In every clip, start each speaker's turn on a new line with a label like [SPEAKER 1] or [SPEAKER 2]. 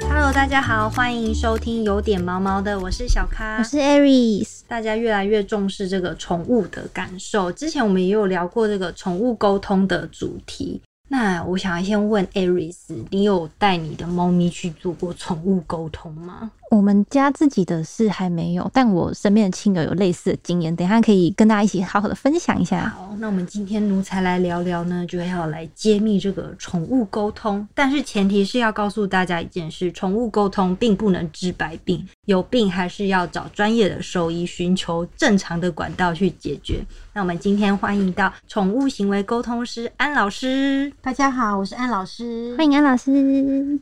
[SPEAKER 1] Hello，大家好，欢迎收听有点毛毛的，我是小咖，
[SPEAKER 2] 我是 Aries。
[SPEAKER 1] 大家越来越重视这个宠物的感受。之前我们也有聊过这个宠物沟通的主题。那我想要先问 Aries，你有带你的猫咪去做过宠物沟通吗？
[SPEAKER 2] 我们家自己的是还没有，但我身边的亲友有类似的经验，等一下可以跟大家一起好好的分享一下。
[SPEAKER 1] 好，那我们今天奴才来聊聊呢，就要来揭秘这个宠物沟通。但是前提是要告诉大家一件事：宠物沟通并不能治百病，有病还是要找专业的兽医，寻求正常的管道去解决。那我们今天欢迎到宠物行为沟通师安老师。
[SPEAKER 3] 大家好，我是安老师。
[SPEAKER 2] 欢迎安老师，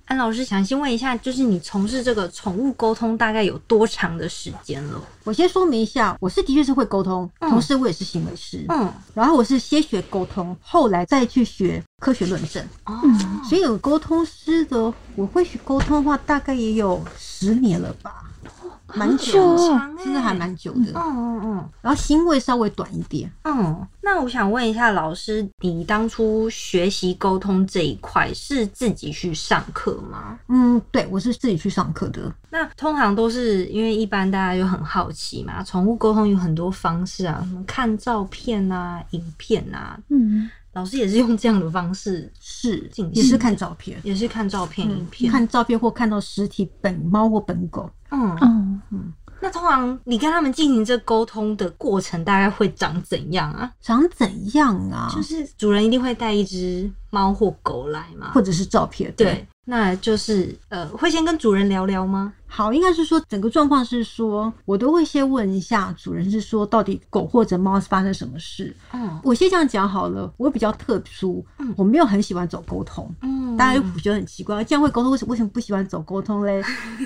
[SPEAKER 1] 安老师想先问一下，就是你从事这个宠物沟通大概有多长的时间了？
[SPEAKER 3] 我先说明一下，我是的确是会沟通，
[SPEAKER 1] 嗯
[SPEAKER 3] 同时我也是行为师。
[SPEAKER 1] 嗯，
[SPEAKER 3] 然后我是先学沟通，后来再去学科学论证。
[SPEAKER 1] 哦，
[SPEAKER 3] 所以有沟通师的，我会学沟通的话，大概也有十年了吧，蛮久
[SPEAKER 2] 很久
[SPEAKER 3] 的
[SPEAKER 1] 哦，
[SPEAKER 3] 其实还蛮久的。
[SPEAKER 1] 嗯嗯
[SPEAKER 3] 然后行为稍微短一点，
[SPEAKER 1] 嗯嗯。那我想问一下老师，你当初学习沟通这一块是自己去上课吗？
[SPEAKER 3] 嗯，对我是自己去上课的。
[SPEAKER 1] 那通常都是因为一般大家就很好奇嘛，宠物沟通有很多方式啊，什么看照片啊、影片啊，
[SPEAKER 2] 嗯，
[SPEAKER 1] 老师也是用这样的方式，
[SPEAKER 3] 是
[SPEAKER 1] 进，
[SPEAKER 3] 也
[SPEAKER 1] 行
[SPEAKER 3] 是看照片，嗯
[SPEAKER 1] 也是看照片、嗯影片。
[SPEAKER 3] 看照片或看到实体本猫或本狗。
[SPEAKER 1] 嗯，
[SPEAKER 2] 哦，
[SPEAKER 1] 那通常你跟他们进行这沟通的过程，大概会长怎样啊？
[SPEAKER 3] 长怎样啊？
[SPEAKER 1] 就是主人一定会带一只猫或狗来嘛
[SPEAKER 3] 或？者是照片，
[SPEAKER 1] 对，那就是呃，会先跟主人聊聊吗？
[SPEAKER 3] 好，应该是说整个状况是说，我都会先问一下主人，是说到底狗或者猫是发生什么事。
[SPEAKER 1] 嗯
[SPEAKER 3] 我先这样讲好了，我比较特殊
[SPEAKER 1] 嗯，
[SPEAKER 3] 我没有很喜欢走沟通。
[SPEAKER 1] 嗯
[SPEAKER 3] 大家就觉得很奇怪，这样会沟通，为什么为什么不喜欢走沟通 嘞？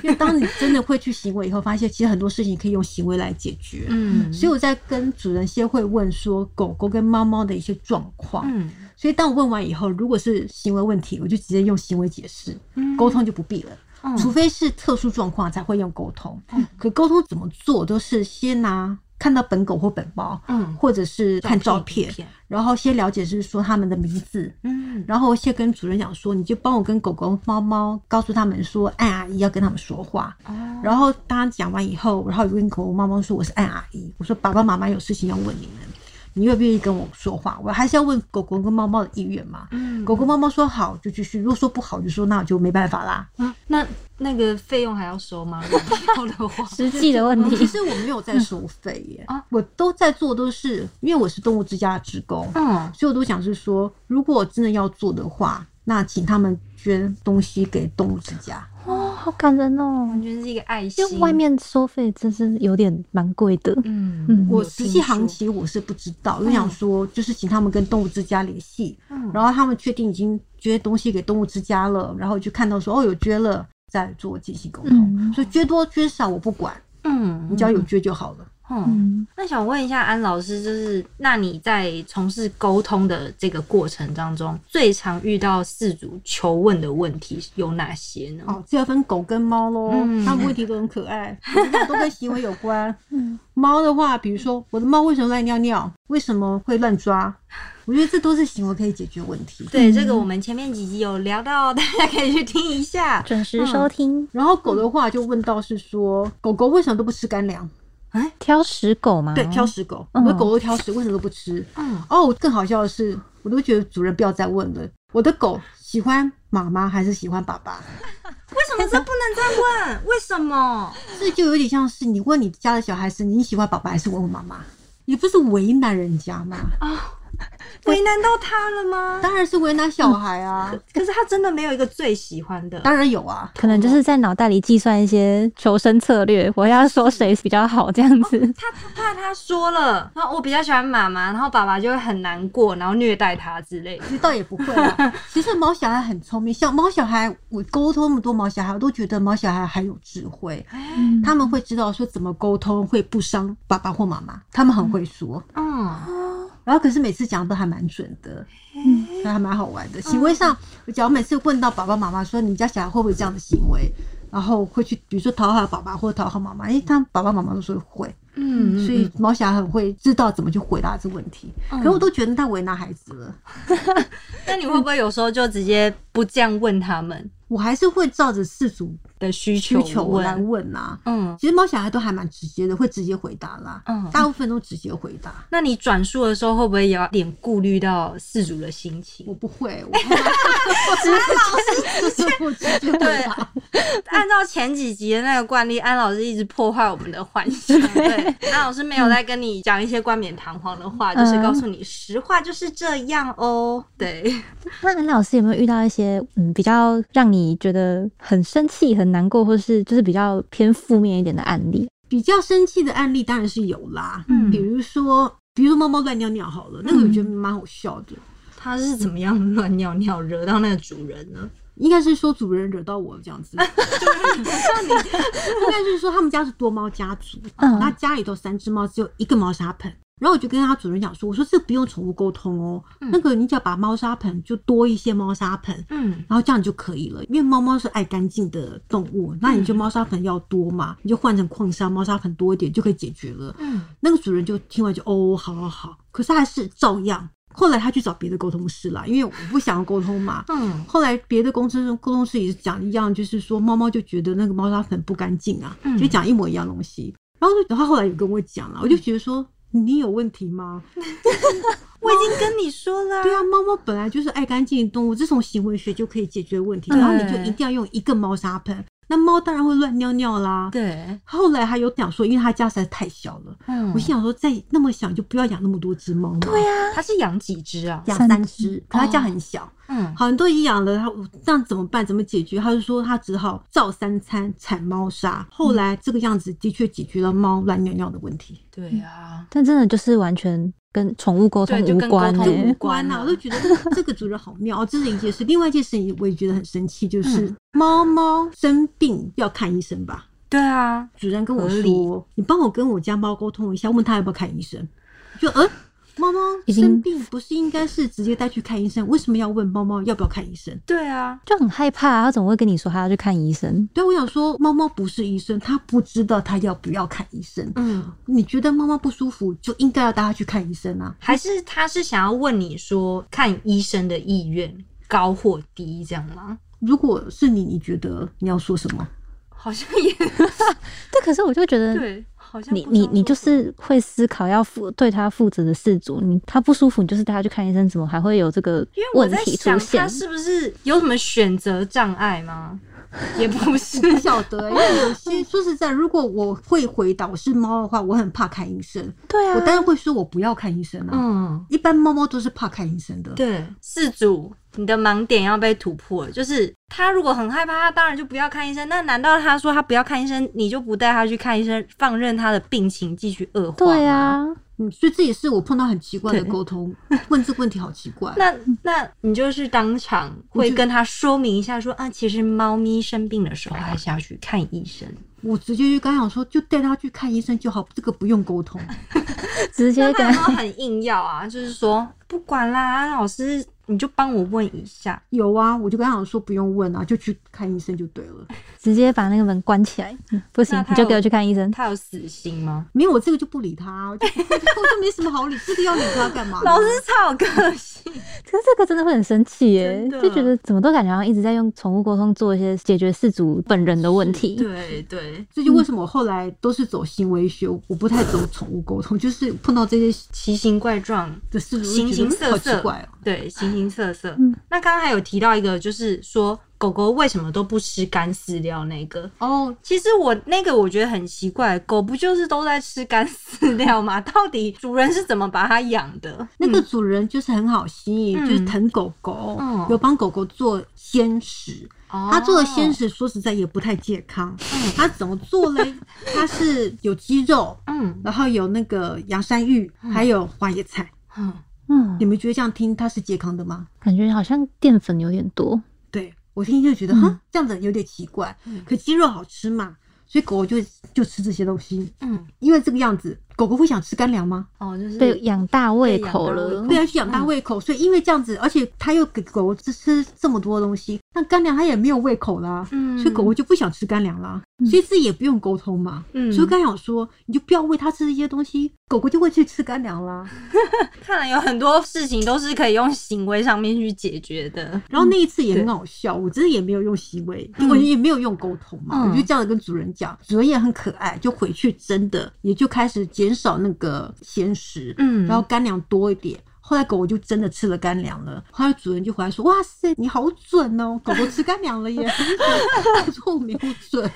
[SPEAKER 3] 因为当你真的会去行为以后，发现其实很多事情可以用行为来解决。
[SPEAKER 1] 嗯，
[SPEAKER 3] 所以我在跟主人先会问说狗狗跟猫猫的一些状况。
[SPEAKER 1] 嗯
[SPEAKER 3] 所以当我问完以后，如果是行为问题，我就直接用行为解释，
[SPEAKER 1] 嗯
[SPEAKER 3] 沟通就不必了。
[SPEAKER 1] 嗯
[SPEAKER 3] 除非是特殊状况才会用沟通。
[SPEAKER 1] 嗯
[SPEAKER 3] 可沟通怎么做，都是先拿看到本狗或本猫，
[SPEAKER 1] 嗯
[SPEAKER 3] 或者是看照
[SPEAKER 1] 影
[SPEAKER 3] 片，然后先了解是说他们的名字，
[SPEAKER 1] 嗯
[SPEAKER 3] 然后先跟主人讲说，你就帮我跟狗狗、猫猫告诉他们说，按阿姨要跟他们说话。
[SPEAKER 1] 哦
[SPEAKER 3] 然后大家讲完以后，然后我就跟狗狗、猫猫说我是按阿姨，我说爸爸妈妈有事情要问你们，你愿不愿意跟我说话？我还是要问狗狗跟猫猫的意愿嘛。
[SPEAKER 1] 嗯
[SPEAKER 3] 狗狗、猫猫说好就继续，如果说不好就说那我就没办法啦。
[SPEAKER 1] 啊那那个费用还要收吗？如果要的话，
[SPEAKER 2] 实际的问
[SPEAKER 3] 哦其
[SPEAKER 2] 题，
[SPEAKER 3] 实我没有在收费耶，
[SPEAKER 1] 啊
[SPEAKER 3] 我都在做都是因为我是动物之家的职工，
[SPEAKER 1] 嗯
[SPEAKER 3] 所以我都想是说，如果我真的要做的话，那请他们捐东西给动物之家。
[SPEAKER 2] 哦，好感人哦
[SPEAKER 1] 完。全是一个爱
[SPEAKER 2] 因为
[SPEAKER 1] 心。
[SPEAKER 2] 外面收费真是有点蛮贵的，
[SPEAKER 1] 嗯
[SPEAKER 2] 嗯
[SPEAKER 3] 我实际行
[SPEAKER 1] 行情，
[SPEAKER 3] 情我是不知道，我就想说就是请他们跟动物之家联系，
[SPEAKER 1] 嗯
[SPEAKER 3] 然后他们确定已经捐东西给动物之家了，然后就看到说哦有捐了，再做进行沟通。
[SPEAKER 2] 嗯
[SPEAKER 3] 所以捐多捐少我不管，
[SPEAKER 1] 嗯
[SPEAKER 3] 你只要有捐就好了。
[SPEAKER 1] 嗯
[SPEAKER 2] 嗯，
[SPEAKER 1] 那想问一下安老师，就是那你在从事沟通的这个过程当中，最常遇到四组求问的问题有哪些呢？
[SPEAKER 3] 哦，这要分狗跟猫喽
[SPEAKER 1] 嗯，
[SPEAKER 3] 它们问题都很可爱， 我知道都跟行为有关
[SPEAKER 2] 嗯。
[SPEAKER 3] 猫的话，比如说我的猫为什么乱尿尿，为什么会乱抓，我觉得这都是行为可以解决问题。
[SPEAKER 1] 对，这个我
[SPEAKER 3] 嗯
[SPEAKER 1] 们前面几集有聊到，大家可以去听一下。
[SPEAKER 2] 准时收听。
[SPEAKER 3] 然后狗的话就问到是说，狗狗为什么都不吃干粮？
[SPEAKER 2] 挑食狗吗？
[SPEAKER 3] 对，挑食狗，我
[SPEAKER 2] 嗯
[SPEAKER 3] 的狗都挑食，为什么都不吃？
[SPEAKER 1] 嗯
[SPEAKER 3] 哦，更好笑的是，我都觉得主人不要再问了，我的狗喜欢妈妈还是喜欢爸爸？
[SPEAKER 1] 为什么这不能再问？为什么？
[SPEAKER 3] 这就有点像是你问你家的小孩是你喜欢爸爸还是我妈妈，你不是为难人家吗？
[SPEAKER 1] 为难到他了吗？
[SPEAKER 3] 当然是为难小孩啊，
[SPEAKER 1] 可是他真的没有一个最喜欢的。
[SPEAKER 3] 当然有啊。
[SPEAKER 2] 可能就是在脑袋里计算一些求生策略，我要说谁比较好这样子。
[SPEAKER 1] 他他怕他说了，然后我比较喜欢妈妈，然后爸爸就会很难过，然后虐待他之类的。
[SPEAKER 3] 其实倒也不会啦。 其实毛小孩很聪明，像猫小孩，我沟通那么多毛小孩，我都觉得毛小孩很有智慧。
[SPEAKER 2] 嗯
[SPEAKER 3] 他们会知道说怎么沟通会不伤爸爸或妈妈，他们很会说。
[SPEAKER 1] 嗯，
[SPEAKER 3] 然后可是每次讲的都还蛮准的，
[SPEAKER 2] 嗯
[SPEAKER 3] 所以还蛮好玩的。行为上，我只要每次问到爸爸妈妈说你们家小孩会不会这样的行为，然后会去比如说讨好爸爸或讨好妈妈，因为他们爸爸妈妈都说会，
[SPEAKER 1] 嗯
[SPEAKER 3] 所以毛小孩很会知道怎么去回答这问题。
[SPEAKER 1] 嗯
[SPEAKER 3] 可我都觉得他为难孩子了。
[SPEAKER 1] 那你会不会有时候就直接不这样问他们？
[SPEAKER 3] 我还是会照着世俗
[SPEAKER 1] 的需求
[SPEAKER 3] 需求来
[SPEAKER 1] 问，
[SPEAKER 3] 问啊。
[SPEAKER 1] 嗯
[SPEAKER 3] 其实猫小孩都还蛮直接的，会直接回答啦，
[SPEAKER 1] 嗯。
[SPEAKER 3] 大部分都直接回答。
[SPEAKER 1] 那你转述的时候，会不会有点顾虑到事主的心情
[SPEAKER 3] 我？不会，我 不会直接 我直接回答。
[SPEAKER 1] 按照前几集的那个惯例，安老师一直破坏我们的幻 想。对，安老师没有在跟你讲一些冠冕堂皇的话，就是告诉你实话就是这样哦。对，
[SPEAKER 2] 那安老师有没有遇到一些嗯比较让你觉得很生气、很难过，或是就是比较偏负面一点的案例？
[SPEAKER 3] 比较生气的案例当然是有啦，
[SPEAKER 1] 嗯
[SPEAKER 3] 比如说，比如说猫猫乱尿尿好了，那个我觉得蛮好笑的。
[SPEAKER 1] 他是怎么样乱尿尿惹到那个主人呢？
[SPEAKER 3] 应该是说主人惹到我这样子， 应该是说他们家是多猫家族，
[SPEAKER 2] 嗯
[SPEAKER 3] 那家里头三只猫，只有一个猫砂盆。然后我就跟他主人讲说，我说这个不用宠物沟通哦，那个你只要把猫砂盆就多一些猫砂盆，
[SPEAKER 1] 嗯
[SPEAKER 3] 然后这样就可以了。因为猫猫是爱干净的动物，那你就猫砂盆要多嘛，你就换成矿砂猫砂盆多一点就可以解决了。
[SPEAKER 1] 嗯，
[SPEAKER 3] 那个主人就听完就哦，好好好，可是他还是照样。后来他去找别的沟通师啦，因为我不想要沟通嘛。
[SPEAKER 1] 嗯
[SPEAKER 3] 后来别的公司沟通师也是讲一样，就是说猫猫就觉得那个猫砂盆不干净啊，
[SPEAKER 1] 嗯
[SPEAKER 3] 就讲一模一样东西。然后就他后来有跟我讲啊了，我就觉得说你有问题吗？
[SPEAKER 1] 我已经跟你说了、
[SPEAKER 3] 对啊，猫猫本来就是爱干净的动物，这种行为学就可以解决问题。然后你就
[SPEAKER 1] 对
[SPEAKER 3] 一定要用一个猫砂盆，那猫当然会乱尿尿啦。
[SPEAKER 1] 对，
[SPEAKER 3] 后来还有讲说，因为他家实在太小了，
[SPEAKER 1] 嗯
[SPEAKER 3] 我心想说，再那么小就不要养那么多只猫嘛。对呀、
[SPEAKER 1] 他是养几只啊？
[SPEAKER 3] 养
[SPEAKER 2] 三
[SPEAKER 3] 三只，可他家很小，
[SPEAKER 1] 嗯
[SPEAKER 3] 很多人养了，他这样怎么办？怎么解决？他就说他只好照三餐产猫砂。后来这个样子的确解决了猫乱尿尿的问题。
[SPEAKER 1] 对啊，
[SPEAKER 2] 但真的就是完全跟宠物沟通
[SPEAKER 1] 对就
[SPEAKER 2] 无
[SPEAKER 1] 跟
[SPEAKER 2] 关、
[SPEAKER 1] 沟
[SPEAKER 2] 欸，
[SPEAKER 1] 通无
[SPEAKER 3] 关
[SPEAKER 1] 关啊
[SPEAKER 3] 啊，我就觉得 这个这个主人好妙哦，这是一件事。另外一件事情，我也觉得很生气，就是猫猫生病要看医生吧。
[SPEAKER 1] 对啊，
[SPEAKER 3] 主人跟我
[SPEAKER 1] 合理
[SPEAKER 3] 说：“你帮我跟我家猫沟通一下，问他要不要看医生。”就呃，猫猫
[SPEAKER 2] 已经
[SPEAKER 3] 生病不是应该是直接带去看医生？为什么要问猫猫要不要看医生？
[SPEAKER 1] 对啊，
[SPEAKER 2] 就很害怕、啊。他怎么会跟你说他要去看医生？
[SPEAKER 3] 对，我想说，猫猫不是医生，它不知道它要不要看医生。
[SPEAKER 1] 嗯，
[SPEAKER 3] 你觉得猫猫不舒服，就应该要带它去看医生啊。
[SPEAKER 1] 还是他是想要问你说看医生的意愿高或低这样吗？
[SPEAKER 3] 如果是你，你觉得你要说什 么？
[SPEAKER 1] 好像也
[SPEAKER 2] 对，可是我就觉得
[SPEAKER 1] 对，好像
[SPEAKER 2] 嗯你
[SPEAKER 1] 不知道
[SPEAKER 2] 你你就
[SPEAKER 1] 说什么
[SPEAKER 2] 是会思考要负对他负责的事主，你他不舒服，你就是带他去看医生，怎么还会有这个
[SPEAKER 1] 因为我
[SPEAKER 2] 问
[SPEAKER 1] 在
[SPEAKER 2] 题
[SPEAKER 1] 想
[SPEAKER 2] 出
[SPEAKER 1] 他
[SPEAKER 2] 现？
[SPEAKER 1] 是不是有什么选择障碍 吗？也不是，
[SPEAKER 3] 不晓得，欸因为 有些说实在，如果我会回答我是猫的话，我很怕看医生，
[SPEAKER 2] 对
[SPEAKER 3] 我
[SPEAKER 2] 啊
[SPEAKER 3] 当，然会说我不要看医生啊。
[SPEAKER 1] 嗯，
[SPEAKER 3] 一般猫猫都是怕看医生的，
[SPEAKER 1] 对，四组，你的盲点要被突破了，就是他如果很害怕，他当然就不要看医生。那难道他说他不要看医生，你就不带他去看医生，放任他的病情继续恶化？
[SPEAKER 2] 对，啊，
[SPEAKER 3] 嗯，所以这也是我碰到很奇怪的
[SPEAKER 2] 对
[SPEAKER 3] 沟 通，问这个问题好奇怪。
[SPEAKER 1] 那那你就是当场会跟他说明一下说，啊，其实猫咪生病的时候还是要去看医生。
[SPEAKER 3] 我直接就刚想说，就带它去看医生就好，这个不用沟 通。
[SPEAKER 2] 直接
[SPEAKER 1] 那
[SPEAKER 2] 跟
[SPEAKER 1] 他有没有很硬要啊？就是说不管啦，啊老师你就帮我问一下。
[SPEAKER 3] 有啊，我就刚想说不用问啊，就去看医生就对了。
[SPEAKER 2] 直接把那个门关起来，嗯不行
[SPEAKER 1] 那，他
[SPEAKER 2] 你就给
[SPEAKER 1] 有
[SPEAKER 2] 我去看医生。
[SPEAKER 1] 他有死心吗？
[SPEAKER 3] 没有我这个就不理他，啊我就 我就我就没什么好理，这个要理他干嘛呢？
[SPEAKER 1] 老师超个性，
[SPEAKER 2] 可是这个真的会很生气耶
[SPEAKER 1] 真，的
[SPEAKER 2] 就觉得怎么都感觉好像一直在用宠物沟通做一些解决事主本人的问 题。
[SPEAKER 1] 对对，
[SPEAKER 3] 这就为什么我后来都是走行为学，我不太走宠物沟通，就是碰到这些
[SPEAKER 1] 奇形怪状，
[SPEAKER 3] 的事，我就
[SPEAKER 1] 形
[SPEAKER 3] 觉
[SPEAKER 1] 形
[SPEAKER 3] 得
[SPEAKER 1] 色
[SPEAKER 3] 好
[SPEAKER 1] 色，
[SPEAKER 3] 奇怪哦。
[SPEAKER 1] 对，形形色色。
[SPEAKER 2] 嗯
[SPEAKER 1] 那刚刚还有提到一个，就是说狗狗为什么都不吃干饲料那个。
[SPEAKER 3] 哦，
[SPEAKER 1] 其实我那个我觉得很奇怪，狗不就是都在吃干饲料吗？ 到底主人是怎么把它养的？
[SPEAKER 3] 那个主人就是很好心，
[SPEAKER 1] 嗯
[SPEAKER 3] 就是疼狗狗，
[SPEAKER 1] 嗯哦
[SPEAKER 3] 有帮狗狗做鲜食。他
[SPEAKER 1] 它
[SPEAKER 3] 做的鲜，食说实在也不太健康。他怎么做 嘞？他是有鸡肉，
[SPEAKER 1] 嗯
[SPEAKER 3] 然后有那个洋山芋，还有花椰菜。
[SPEAKER 1] 嗯，
[SPEAKER 2] 嗯
[SPEAKER 3] 你，们觉得这样听它是健康的吗？
[SPEAKER 2] 感觉好像淀粉有点多。
[SPEAKER 3] 对我听就觉得，哈，这样子有点奇怪
[SPEAKER 1] 嗯。
[SPEAKER 3] 可鸡肉好吃嘛，所以狗狗就就吃这些东西。
[SPEAKER 1] 嗯
[SPEAKER 3] 因为这个样子，狗狗会想吃干粮吗？
[SPEAKER 1] 哦，就是
[SPEAKER 2] 被养大胃口
[SPEAKER 1] 被养大
[SPEAKER 2] 了
[SPEAKER 1] 胃口。
[SPEAKER 3] 对啊，去养大胃
[SPEAKER 1] 嗯
[SPEAKER 3] 口，所以因为这样子，而且它又给狗狗吃吃这么多东西，那干粮它也没有胃口啦，
[SPEAKER 1] 嗯
[SPEAKER 3] 所以狗狗就不想吃干粮啦，所以这也不用沟通嘛。
[SPEAKER 1] 嗯
[SPEAKER 3] 所以刚想说，你就不要喂它吃一些东西，狗狗就会去吃干粮啦。
[SPEAKER 1] 看来有很多事情都是可以用行为上面去解决的。
[SPEAKER 3] 然后那一次也很好笑，我真的也没有用行为，
[SPEAKER 1] 嗯
[SPEAKER 3] 我也没有用沟通嘛，
[SPEAKER 1] 嗯
[SPEAKER 3] 我就这样子跟主人讲，主人也很可爱，就回去真的也就开始减少那个咸食，
[SPEAKER 1] 嗯
[SPEAKER 3] 然后干粮多一点。后来狗狗就真的吃了干粮了，后来主人就回来说：“哇塞，你好准哦，狗狗吃干粮了 耶！”我说：“我没有准，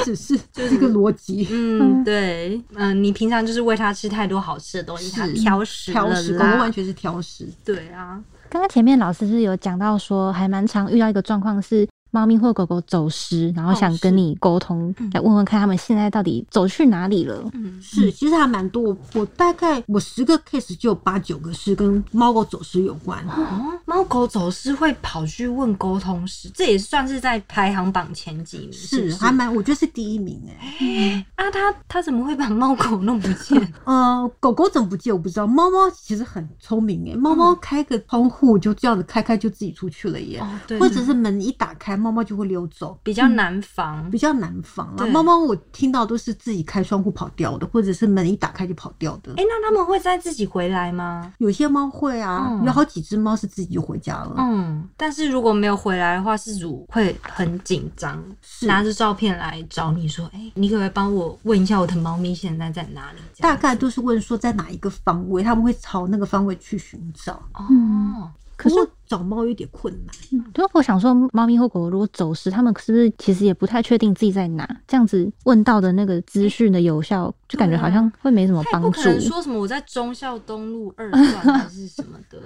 [SPEAKER 3] 我只是这个逻辑。”
[SPEAKER 1] 嗯，对，嗯、你平常就是喂它吃太多好吃的东西，
[SPEAKER 3] 是
[SPEAKER 1] 它挑食
[SPEAKER 3] 挑
[SPEAKER 1] 了
[SPEAKER 3] 食，狗狗
[SPEAKER 1] 啦
[SPEAKER 3] 完全是挑食，
[SPEAKER 1] 对啊，
[SPEAKER 2] 刚刚前面老师是有讲到说，还蛮常遇到一个状况是。猫咪或狗狗走失，然后
[SPEAKER 3] 哦
[SPEAKER 2] 想
[SPEAKER 3] 是
[SPEAKER 2] 跟你沟通，来问问看他们现在到底走去哪里了。
[SPEAKER 1] 嗯
[SPEAKER 3] 是，其实还蛮多。我我大概我十个 case 就有八九个是跟猫狗走失有关。
[SPEAKER 1] 哦，猫狗走失会跑去问沟通师，这也算是在排行榜前几名，是不
[SPEAKER 3] 是
[SPEAKER 1] 是？
[SPEAKER 3] 还蛮，我觉得是第一名哎、
[SPEAKER 1] 啊，它它怎么会把猫狗弄不见？
[SPEAKER 3] 呃，狗狗怎么不见我不知道，猫猫其实很聪明哎、猫猫开个窗户就这样子开开就自己出去了耶，
[SPEAKER 1] 嗯哦，对，
[SPEAKER 3] 或者
[SPEAKER 1] 对
[SPEAKER 3] 是门一打开猫猫就会溜走，
[SPEAKER 1] 比较难防
[SPEAKER 3] 比。较难防啊。
[SPEAKER 1] 对
[SPEAKER 3] 猫猫我听到都是自己开窗户跑掉的，或者是门一打开就跑掉的。
[SPEAKER 1] 哎、那他们会再自己回来吗？
[SPEAKER 3] 有些猫会啊，
[SPEAKER 1] 嗯
[SPEAKER 3] 有好几只猫是自己就回家了。
[SPEAKER 1] 嗯，但是如果没有回来的话，事主会很紧张，
[SPEAKER 3] 是
[SPEAKER 1] 拿着照片来找你说：“哎、你可不可以帮我问一下我的猫咪现在在哪里？”这
[SPEAKER 3] 大
[SPEAKER 1] 样
[SPEAKER 3] 概都是问说在哪一个方位，他们会朝那个方位去寻找。
[SPEAKER 1] 哦，
[SPEAKER 2] 可是
[SPEAKER 3] 不过找猫有点困难，
[SPEAKER 2] 就我想说，猫咪或狗狗如果走失，它们是不是其实也不太确定自己在哪？这样子问到的那个资讯的有效，就感觉好像会没什么
[SPEAKER 1] 啊他也
[SPEAKER 2] 帮
[SPEAKER 1] 不可
[SPEAKER 2] 助。
[SPEAKER 1] 能说什么我在忠孝东路二段还是什么的，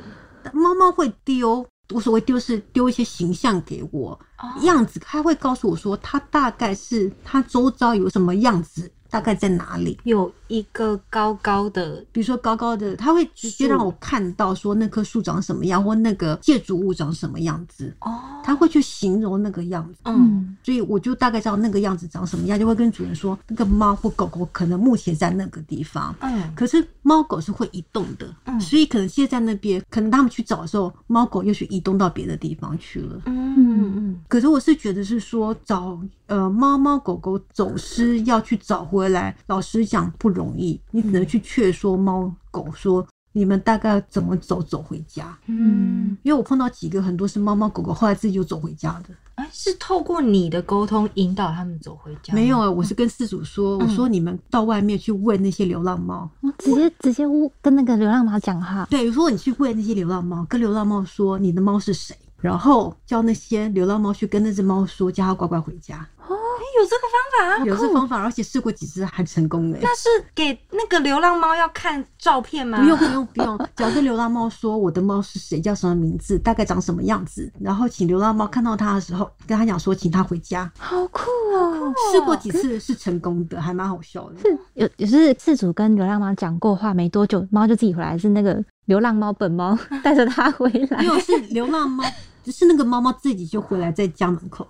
[SPEAKER 3] 但猫猫会丢。我所谓丢是丢一些形象给我，样子，它会告诉我说它大概是它周遭有什么样子，大概在哪里。
[SPEAKER 1] 有一个高高的，
[SPEAKER 3] 比如说高高的，它会直接让我看到说那棵树长什么样，或那个建筑物长什么样子，
[SPEAKER 1] 哦，
[SPEAKER 3] 它会去形容那个样子。
[SPEAKER 1] 嗯，
[SPEAKER 3] 所以我就大概知道那个样子长什么样，就会跟主人说那个猫或狗狗可能目前在那个地方。
[SPEAKER 1] 嗯，
[SPEAKER 3] 可是猫狗是会移动的，
[SPEAKER 1] 嗯
[SPEAKER 3] 所以可能现在在那边，可能他们去找的时候，猫狗又去移动到别的地方去了。
[SPEAKER 1] 嗯
[SPEAKER 3] 可是我是觉得是说找呃猫猫狗狗走失要去找回来，老实讲不容易，你只能去劝说猫狗说你们大概怎么走走回家。
[SPEAKER 1] 嗯嗯，
[SPEAKER 3] 因为我碰到几个很多是猫猫狗狗后来自己就走回家的，
[SPEAKER 1] 哎、是透过你的沟通引导他们走回家吗？
[SPEAKER 3] 没有啊，我是跟饲主说，我说你们到外面去喂那些流浪猫，
[SPEAKER 2] 我直接直接跟那个流浪猫讲话，
[SPEAKER 3] 对，如果你去喂那些流浪猫，跟流浪猫说你的猫是谁，然后叫那些流浪猫去跟那只猫说，叫它乖乖回家。
[SPEAKER 1] 哎、有这个
[SPEAKER 2] 啊
[SPEAKER 1] 方法、
[SPEAKER 3] 有这方法，而且试过几次还成功哎。
[SPEAKER 1] 那是给那个流浪猫要看照片吗？
[SPEAKER 3] 不用不用不用，只要跟流浪猫说我的猫是谁，叫什么名字，大概长什么样子，然后请流浪猫看到它的时候，跟它讲说请它回家。
[SPEAKER 2] 好酷哦！
[SPEAKER 3] 试过几次是成功的，还蛮好笑的。
[SPEAKER 2] 是有有是饲主跟流浪猫讲过话没多久，猫就自己回来，是那个流浪猫本 猫带着它回来，
[SPEAKER 3] 没有是流浪猫，是那个猫猫自己就回来在家门口。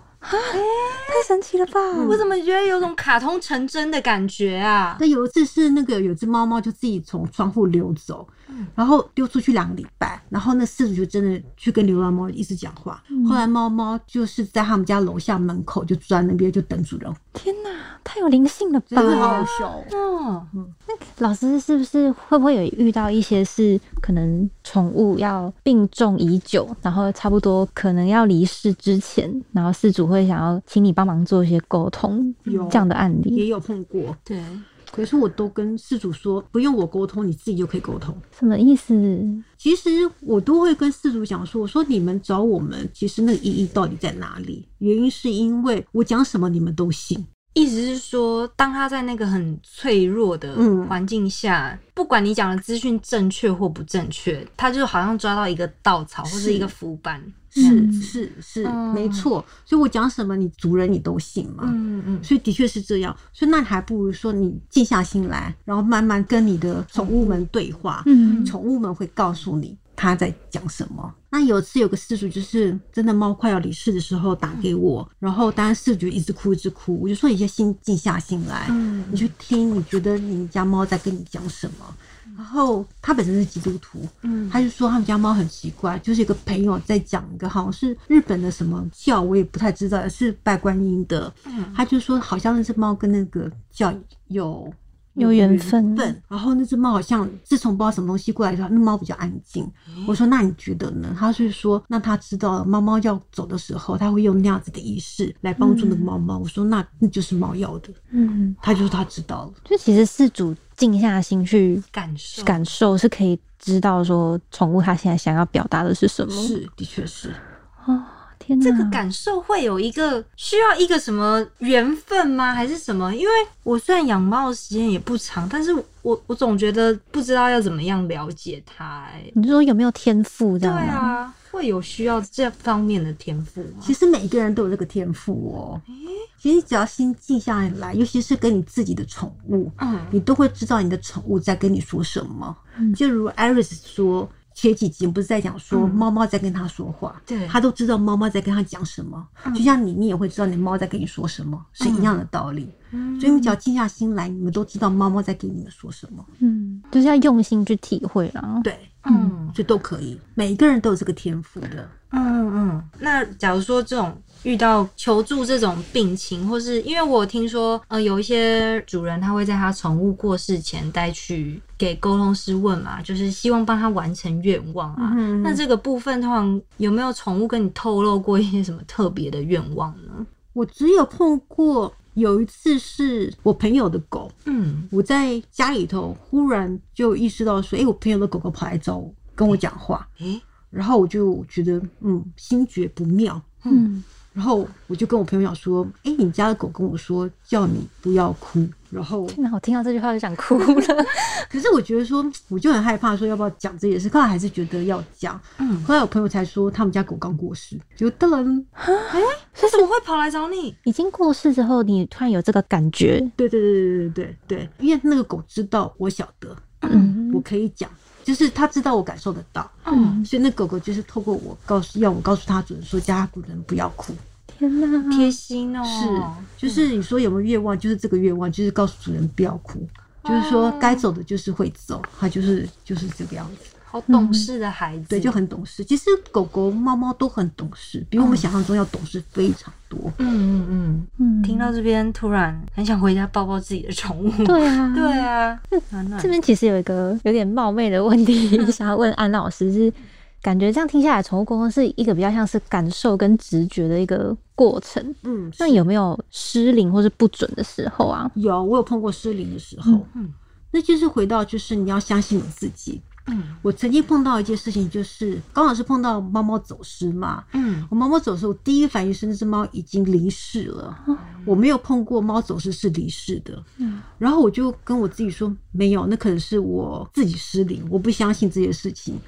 [SPEAKER 2] 太神奇了吧！
[SPEAKER 1] 我怎么觉得有种卡通成真的感觉啊？
[SPEAKER 3] 那有一次是那个有只猫猫就自己从窗户溜走，然后丢出去两个礼拜，然后那饲主就真的去跟流浪猫一直讲话。后来猫猫就是在他们家楼下门口就钻那边就等主人，
[SPEAKER 2] 天哪，太有灵性了吧！
[SPEAKER 3] 真的好好笑哦。
[SPEAKER 1] 哦，
[SPEAKER 2] 老师是不是会不会有遇到一些是可能宠物要病重已久，然后差不多可能要离世之前，然后饲主会想要请你帮忙做一些沟通
[SPEAKER 3] 有
[SPEAKER 2] 这样的案
[SPEAKER 3] 也
[SPEAKER 2] 例？
[SPEAKER 3] 有碰过，
[SPEAKER 1] 对，
[SPEAKER 3] 可是我都跟饲主说，不用我沟通，你自己就可以沟通。
[SPEAKER 2] 什么意思？
[SPEAKER 3] 其实我都会跟饲主讲说，我说你们找我们，其实那个意义到底在哪里？原因是因为我讲什么你们都信，
[SPEAKER 1] 意思是说，当他在那个很脆弱的
[SPEAKER 3] 嗯
[SPEAKER 1] 环境下，不管你讲的资讯正确或不正确，他就好像抓到一个稻草或是一个浮板。
[SPEAKER 3] 是是是，
[SPEAKER 1] 嗯
[SPEAKER 3] 没错。所以我讲什么，你族人你都信嘛。
[SPEAKER 1] 嗯嗯
[SPEAKER 3] 所以的确是这样，所以那你还不如说你静下心来，然后慢慢跟你的宠物们对话，
[SPEAKER 2] 嗯，
[SPEAKER 3] 宠物们会告诉你他在讲什么。那有一次有个事主就是真的猫快要离世的时候打给我，然后当然事主一直哭一直哭，我就说你先心静下心
[SPEAKER 1] 嗯
[SPEAKER 3] 来，你去听你觉得你家猫在跟你讲什么。然后他本身是基督徒，
[SPEAKER 1] 嗯
[SPEAKER 3] 他就说他们家猫很奇怪，就是一个朋友在讲一个好像是日本的什么教，我也不太知道，也是拜观音的。
[SPEAKER 2] 嗯
[SPEAKER 3] 他就说好像那只猫跟那个教有
[SPEAKER 2] 有缘分
[SPEAKER 3] 然后那只猫好像自从不知道什么东西过来的时候，那猫比较安静。
[SPEAKER 2] 嗯
[SPEAKER 3] 我说那你觉得呢？他是说那他知道猫猫要走的时候，他会用那样子的仪式来帮助那个猫猫。我说那那就是猫要的，
[SPEAKER 2] 嗯，
[SPEAKER 3] 他就说他知道了。
[SPEAKER 2] 就其实饲主静下心去
[SPEAKER 1] 感受
[SPEAKER 2] 感受，是可以知道说宠物它现在想要表达的是什么。
[SPEAKER 3] 是，的确是。
[SPEAKER 2] 哦，天哪，
[SPEAKER 1] 这个感受会有一个需要一个什么缘分吗？还是什么？因为我虽然养猫的时间也不长，但是我我总觉得不知道要怎么样了解它、欸。
[SPEAKER 2] 你说有没有天赋这
[SPEAKER 1] 对
[SPEAKER 2] 样吗？
[SPEAKER 1] 啊，会有需要这方面的天赋啊吗？
[SPEAKER 3] 其实每一个人都有这个天赋哦。其实只要心静下来，尤其是跟你自己的宠物，
[SPEAKER 1] 嗯
[SPEAKER 3] 你都会知道你的宠物在跟你说什么。就如 Iris 说，前几集不是在讲说
[SPEAKER 1] 嗯
[SPEAKER 3] 猫猫在跟他说话，
[SPEAKER 1] 对嗯
[SPEAKER 3] 他都知道猫猫在跟他讲什么。就像你，你也会知道你猫在跟你说什么，是一样的道理。
[SPEAKER 1] 嗯
[SPEAKER 3] 所以你只要静下心来，你们都知道猫猫在跟你们说什么。
[SPEAKER 2] 嗯，就是要用心去体会啦。
[SPEAKER 3] 对，
[SPEAKER 1] 嗯
[SPEAKER 3] 所以都可以，每一个人都有这个天赋的。
[SPEAKER 1] 嗯嗯，那假如说这种遇到求助这种病情，或是因为我听说，呃，有一些主人他会在他宠物过世前带去给沟通师问嘛，就是希望帮他完成愿望啊。
[SPEAKER 3] 嗯
[SPEAKER 1] 那这个部分通常有没有宠物跟你透露过一些什么特别的愿望呢？
[SPEAKER 3] 我只有碰过有一次是我朋友的狗，
[SPEAKER 1] 嗯
[SPEAKER 3] 我在家里头忽然就意识到说，哎、我朋友的狗狗跑来找我，跟我讲话，
[SPEAKER 1] 诶
[SPEAKER 3] 然后我就觉得，嗯，心觉不妙，
[SPEAKER 2] 嗯，
[SPEAKER 3] 然后我就跟我朋友讲说，哎、你家的狗跟我说叫你不要哭，然后
[SPEAKER 2] 天哪，我听到这句话就想哭 了。
[SPEAKER 3] 可是我觉得说，我就很害怕说要不要讲这件事，后来还是觉得要讲，
[SPEAKER 1] 嗯，
[SPEAKER 3] 后来我朋友才说他们家狗刚过世，就噔噔，
[SPEAKER 1] 它怎么会跑来找你？
[SPEAKER 2] 已经过世之后，你突然有这个感觉，
[SPEAKER 3] 对对对对对对对，因为那个狗知道我晓得，
[SPEAKER 2] 嗯
[SPEAKER 3] 我可以讲，就是它知道我感受得到，
[SPEAKER 1] 嗯，
[SPEAKER 3] 所以那狗狗就是透过我告诉，要我告诉它主人说，叫它主人不要哭。
[SPEAKER 2] 天哪，
[SPEAKER 1] 贴心哦，
[SPEAKER 3] 是，就是你说有没有愿望，就是这个愿望，就是告诉主人不要哭，
[SPEAKER 1] 哦
[SPEAKER 3] 就是说该走的就是会走，它就是就是这个样子。
[SPEAKER 1] 好懂事的孩子，
[SPEAKER 3] 嗯对，就很懂事。其实狗狗、猫猫都很懂事，比我们想象中要懂事非常多。
[SPEAKER 1] 嗯嗯嗯。
[SPEAKER 2] 嗯，
[SPEAKER 1] 听到这边，突然很想回家抱抱自己的宠物。
[SPEAKER 2] 对啊，
[SPEAKER 1] 对啊，暖暖
[SPEAKER 2] 这边其实有一个有点冒昧的问题， 想要问安老师是，感觉这样听下来，宠物沟通是一个比较像是感受跟直觉的一个过程。
[SPEAKER 3] 嗯，
[SPEAKER 2] 那有没有失灵或是不准的时候啊？
[SPEAKER 3] 有，我有碰过失灵的时候，
[SPEAKER 1] 嗯
[SPEAKER 3] 那就是回到就是你要相信你自己。
[SPEAKER 1] 嗯
[SPEAKER 3] 我曾经碰到一件事情，就是刚好是碰到猫猫走失嘛，
[SPEAKER 1] 嗯
[SPEAKER 3] 我猫猫走失，我第一反应是那只猫已经离世了。我没有碰过猫走失是离世的。
[SPEAKER 2] 嗯
[SPEAKER 3] 然后我就跟我自己说，没有，那可能是我自己失灵，我不相信这些事情。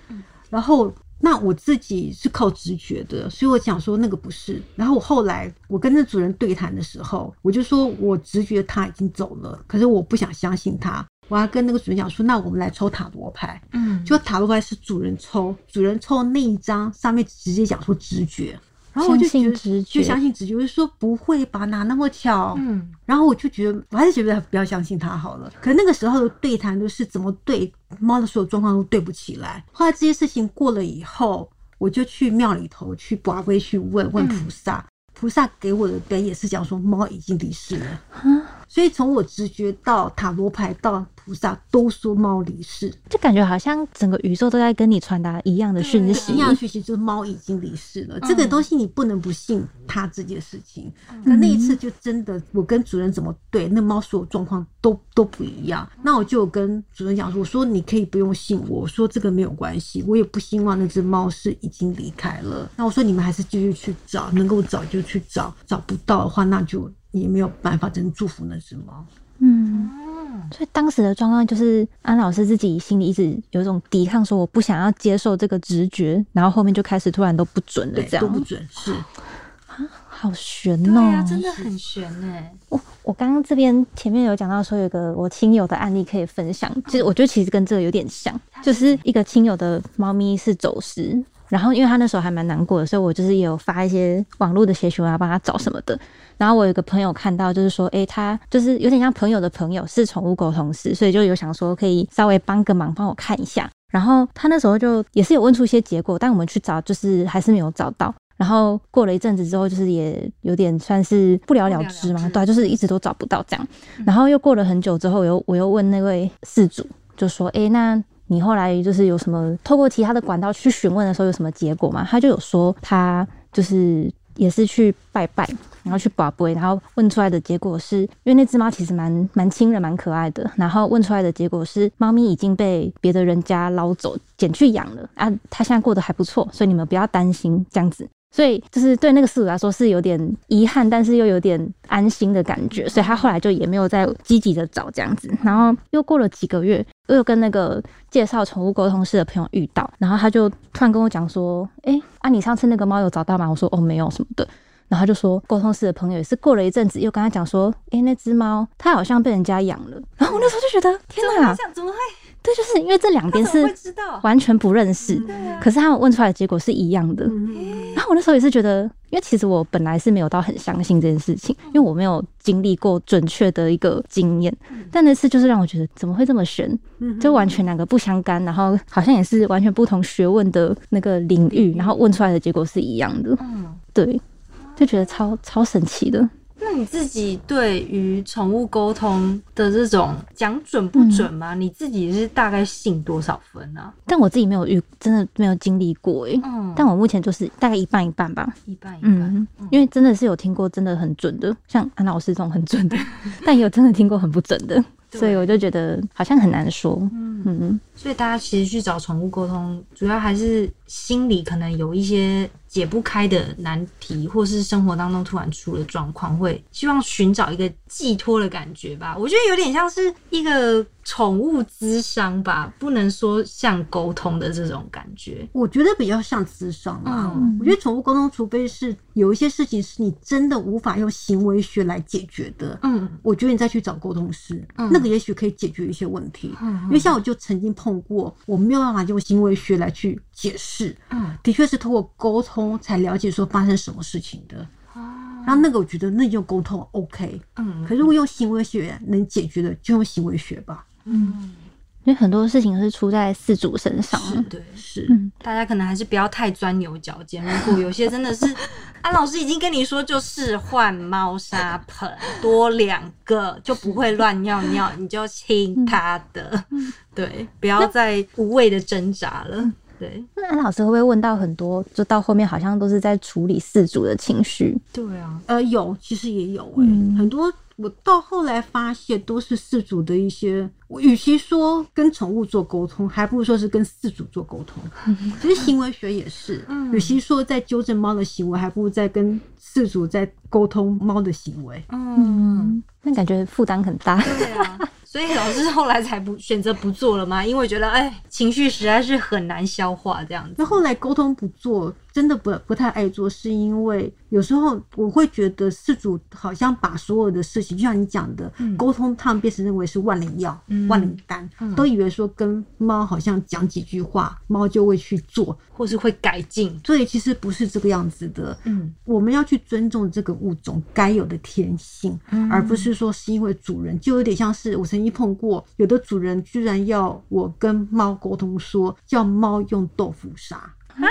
[SPEAKER 3] 然后。那我自己是靠直觉的，所以我想说那个不是。然后我后来我跟那主人对谈的时候，我就说我直觉他已经走了，可是我不想相信他。我还跟那个主人讲说，那我们来抽塔罗牌。
[SPEAKER 1] 嗯，
[SPEAKER 3] 就塔罗牌是主人抽，主人抽那一张上面直接讲说直觉，然后我就
[SPEAKER 2] 相信
[SPEAKER 3] 觉得
[SPEAKER 2] 直觉
[SPEAKER 3] 就相信直觉，我就说不会吧，哪那么巧？
[SPEAKER 1] 嗯
[SPEAKER 3] 然后我就觉得，我还是觉得不要相信他好了。可那个时候的对谈都是怎么对猫的所有状况都对不起来。后来这些事情过了以后，我就去庙里头去拔龟去问
[SPEAKER 2] 嗯
[SPEAKER 3] 问菩萨，菩萨给我的跟也是讲说猫已经离世了。所以从我直觉到塔罗牌到菩萨都说猫离世，
[SPEAKER 2] 就感觉好像整个宇宙都在跟你传达一样的讯息
[SPEAKER 3] 一。样学习，就是猫已经离世了，这个
[SPEAKER 2] 嗯
[SPEAKER 3] 东西你不能不信它这件事情。那、那一次就真的，我跟主人怎么对，那猫所有状况都都不一样。那我就有跟主人讲说，我说你可以不用信我，我说这个没有关系，我也不希望那只猫是已经离开了。那我说你们还是继续去找，能够找就去找，找不到的话那就也没有办法，只能祝福那只猫。
[SPEAKER 2] 嗯，
[SPEAKER 1] 嗯
[SPEAKER 2] 所以当时的状况就是安老师自己心里一直有一种抵抗，说我不想要接受这个直觉，然后后面就开始突然都不准了，哦
[SPEAKER 3] 对
[SPEAKER 2] 这，
[SPEAKER 3] 都不
[SPEAKER 2] 样。
[SPEAKER 3] 准是。
[SPEAKER 2] 好悬
[SPEAKER 1] 对
[SPEAKER 2] 哦、
[SPEAKER 1] 啊，真的很悬哎、
[SPEAKER 2] 我哦我刚刚这边前面有讲到说，有一个我亲友的案例可以分享，其实我觉得其实跟这个有点像，就是一个亲友的猫咪是走失，然后因为他那时候还蛮难过的，所以我就是也有发一些网络的协寻，我要啊帮他找什么的。然后我有一个朋友看到，就是说，诶、他就是有点像朋友的朋友是宠物狗同事，所以就有想说可以稍微帮个忙，帮我看一下。然后他那时候就也是有问出一些结果，但我们去找就是还是没有找到。然后过了一阵子之后，就是也有点算是不了了
[SPEAKER 1] 不
[SPEAKER 2] 之
[SPEAKER 1] 了
[SPEAKER 2] 嘛
[SPEAKER 1] 了，之嗯
[SPEAKER 2] 对啊、就是一直都找不到这样。然后又过了很久之后，我又我又问那位事主，就说：“诶，那你后来就是有什么透过其他的管道去询问的时候有什么结果吗？”他就有说他就是也是去拜拜，然后去保杯，然后问出来的结果是因为那只猫其实蛮蛮亲人、蛮可爱的，然后问出来的结果是猫咪已经被别的人家捞走捡去养了啊，它现在过得还不错，所以你们不要担心这样子。所以就是对那个事主来说是有点遗憾，但是又有点安心的感
[SPEAKER 1] 嗯
[SPEAKER 2] 觉，所以他后来就也没有再积极的找这样子。然后又过了几个月，我有跟那个呃介绍宠物沟通室的朋友遇到，然后他就突然跟我讲说：“诶，啊，你上次那个猫有找到吗？”我说：“哦，没有什么的。”然后他就说，哦沟通室的朋友也是过了一阵子，又跟他讲说：“诶，那只猫它好像被人家养了。”然后我那时候就觉得，天
[SPEAKER 1] 怎么
[SPEAKER 2] 哪
[SPEAKER 1] 会，这样？怎么会？
[SPEAKER 2] 对，就是因为这两边
[SPEAKER 1] 啊他怎么
[SPEAKER 2] 是
[SPEAKER 1] 会知道？
[SPEAKER 2] 完全不认识，
[SPEAKER 1] 对啊，
[SPEAKER 2] 可是他们问出来的结果是一样的。
[SPEAKER 3] 嗯，
[SPEAKER 2] 然后我那时候也是觉得，因为其实我本来是没有到很相信这件事情，因为我没有经历过准确的一个经验。但那次就是让我觉得，怎么会这么悬？就完全两个不相干，然后好像也是完全不同学问的那个领域，然后问出来的结果是一样的。
[SPEAKER 1] 嗯，
[SPEAKER 2] 对，就觉得超超神奇的。
[SPEAKER 1] 那你自己对于宠物沟通的这种讲准不准吗？
[SPEAKER 2] 嗯
[SPEAKER 1] 你自己是大概信多少分啊？
[SPEAKER 2] 但我自己没有遇，真的没有经历过诶、
[SPEAKER 1] 嗯，
[SPEAKER 2] 但我目前就是大概一半一半吧，
[SPEAKER 1] 一半一半。
[SPEAKER 2] 嗯，因为真的是有听过真的很准的，像安老师这种很 准的，但也有真的听过很不准的，
[SPEAKER 1] 对
[SPEAKER 2] 所以我就觉得好像很难说。
[SPEAKER 1] 嗯
[SPEAKER 2] 嗯，
[SPEAKER 1] 所以大家其实去找宠物沟通，主要还是心里可能有一些解不开的难题，或是生活当中突然出了状况，会希望寻找一个寄托的感觉吧。我觉得有点像是一个宠物咨商吧，不能说像沟通的这种感觉。
[SPEAKER 3] 我觉得比较像智商啦。
[SPEAKER 1] 嗯
[SPEAKER 3] 我觉得宠物沟通，除非是有一些事情是你真的无法用行为学来解决的，
[SPEAKER 1] 嗯
[SPEAKER 3] 我觉得你再去找沟通师，
[SPEAKER 1] 嗯
[SPEAKER 3] 那个也许可以解决一些问题。
[SPEAKER 1] 嗯
[SPEAKER 3] 因为像我就曾经碰过，我没有办法用行为学来去解释，
[SPEAKER 1] 嗯
[SPEAKER 3] 的确是通过沟通才了解说发生什么事情的。
[SPEAKER 1] 哦
[SPEAKER 3] 然后那个我觉得那用沟通 OK，
[SPEAKER 1] 嗯
[SPEAKER 3] 可是如果用行为学能解决的，就用行为学吧。
[SPEAKER 1] 嗯，
[SPEAKER 2] 因为很多事情是出在事主身上。
[SPEAKER 1] 是对。
[SPEAKER 3] 是，
[SPEAKER 2] 嗯
[SPEAKER 1] 大家可能还是不要太钻牛角尖。如果有些真的是，安老师已经跟你说，就是换猫砂盆多两个，就不会乱尿尿，你就听他的。 对，不要再无谓的挣扎了。对，
[SPEAKER 2] 那安老师会不会问到很多，就到后面好像都是在处理事主的情绪？
[SPEAKER 1] 对啊，
[SPEAKER 3] 呃，有，其实也有、欸，
[SPEAKER 2] 嗯
[SPEAKER 3] 很多我到后来发现都是饲主的一些，我与其说跟宠物做沟通，还不如说是跟饲主做沟通。其实行为学也是，
[SPEAKER 1] 嗯
[SPEAKER 3] 与其说在纠正猫的行为，还不如在跟饲主在沟通猫的行为。
[SPEAKER 1] 嗯，，
[SPEAKER 2] 那感觉负担很 大。
[SPEAKER 1] 对啊。所以老师后来才不选择不做了吗？因为觉得哎，情绪实在是很难消化这样子。
[SPEAKER 3] 那后来沟通不做，真的不不太爱做，是因为有时候我会觉得事主好像把所有的事情，就像你讲的，沟通他们变成认为是万灵药、
[SPEAKER 1] 嗯
[SPEAKER 3] 万灵丹，都以为说跟猫好像讲几句话，猫就会去做，
[SPEAKER 1] 或是会改进。
[SPEAKER 3] 所以其实不是这个样子的。
[SPEAKER 1] 嗯
[SPEAKER 3] 我们要去尊重这个物种该有的天性，
[SPEAKER 1] 嗯
[SPEAKER 3] 而不是说是因为主人，就有点像是我曾经碰过，有的主人居然要我跟猫沟通说，叫猫用豆腐砂。
[SPEAKER 2] 啊，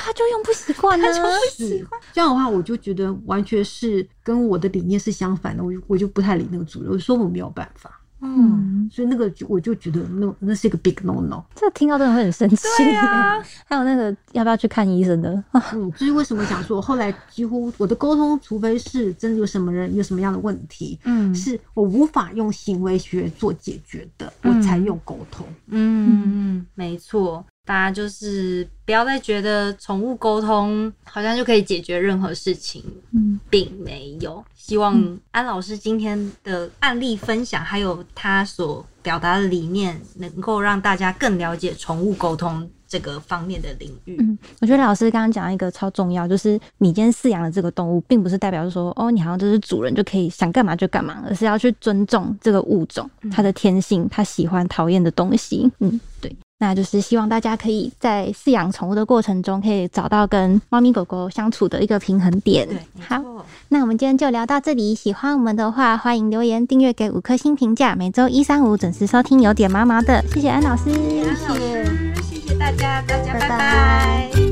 [SPEAKER 2] 他就用不习惯呢。
[SPEAKER 3] 是这样的话，我就觉得完全是跟我的理念是相反的，我就我就不太理那个主人，我说我没有办法，
[SPEAKER 1] 嗯。
[SPEAKER 2] 嗯，
[SPEAKER 3] 所以那个就我就觉得那那是一个 big no no。
[SPEAKER 2] 这听到真的会很生气。
[SPEAKER 1] 对啊，
[SPEAKER 2] 还有那个要不要去看医生的啊？
[SPEAKER 3] 嗯，所以为什么讲说，我后来几乎我的沟通，除非是真的有什么人有什么样的问题，
[SPEAKER 1] 嗯
[SPEAKER 3] 是我无法用行为学做解决的，我才用沟通。
[SPEAKER 1] 嗯，没错，大家就是不要再觉得宠物沟通好像就可以解决任何事情，
[SPEAKER 2] 嗯，
[SPEAKER 1] 并没有。希望安老师今天的案例分享，还有他所表达的理念，能够让大家更了解宠物沟通这个方面的领域。
[SPEAKER 2] 嗯，我觉得老师刚刚讲一个超重要，就是你今天饲养了这个动物，并不是代表说哦，你好像就是主人就可以想干嘛就干嘛，而是要去尊重这个物种
[SPEAKER 1] 嗯
[SPEAKER 2] 它的天性，它喜欢讨厌的东西。嗯，对。那就是希望大家可以在饲养宠物的过程中，可以找到跟猫咪狗狗相处的一个平衡点。
[SPEAKER 1] 对，没
[SPEAKER 2] 好，
[SPEAKER 1] 错。
[SPEAKER 2] 那我们今天就聊到这里。喜欢我们的话，欢迎留言、订阅、给五颗星评价。每周一、三、五准时收听，有点毛毛的。谢谢安老师，
[SPEAKER 1] 谢谢安老师，谢谢大家，大家拜拜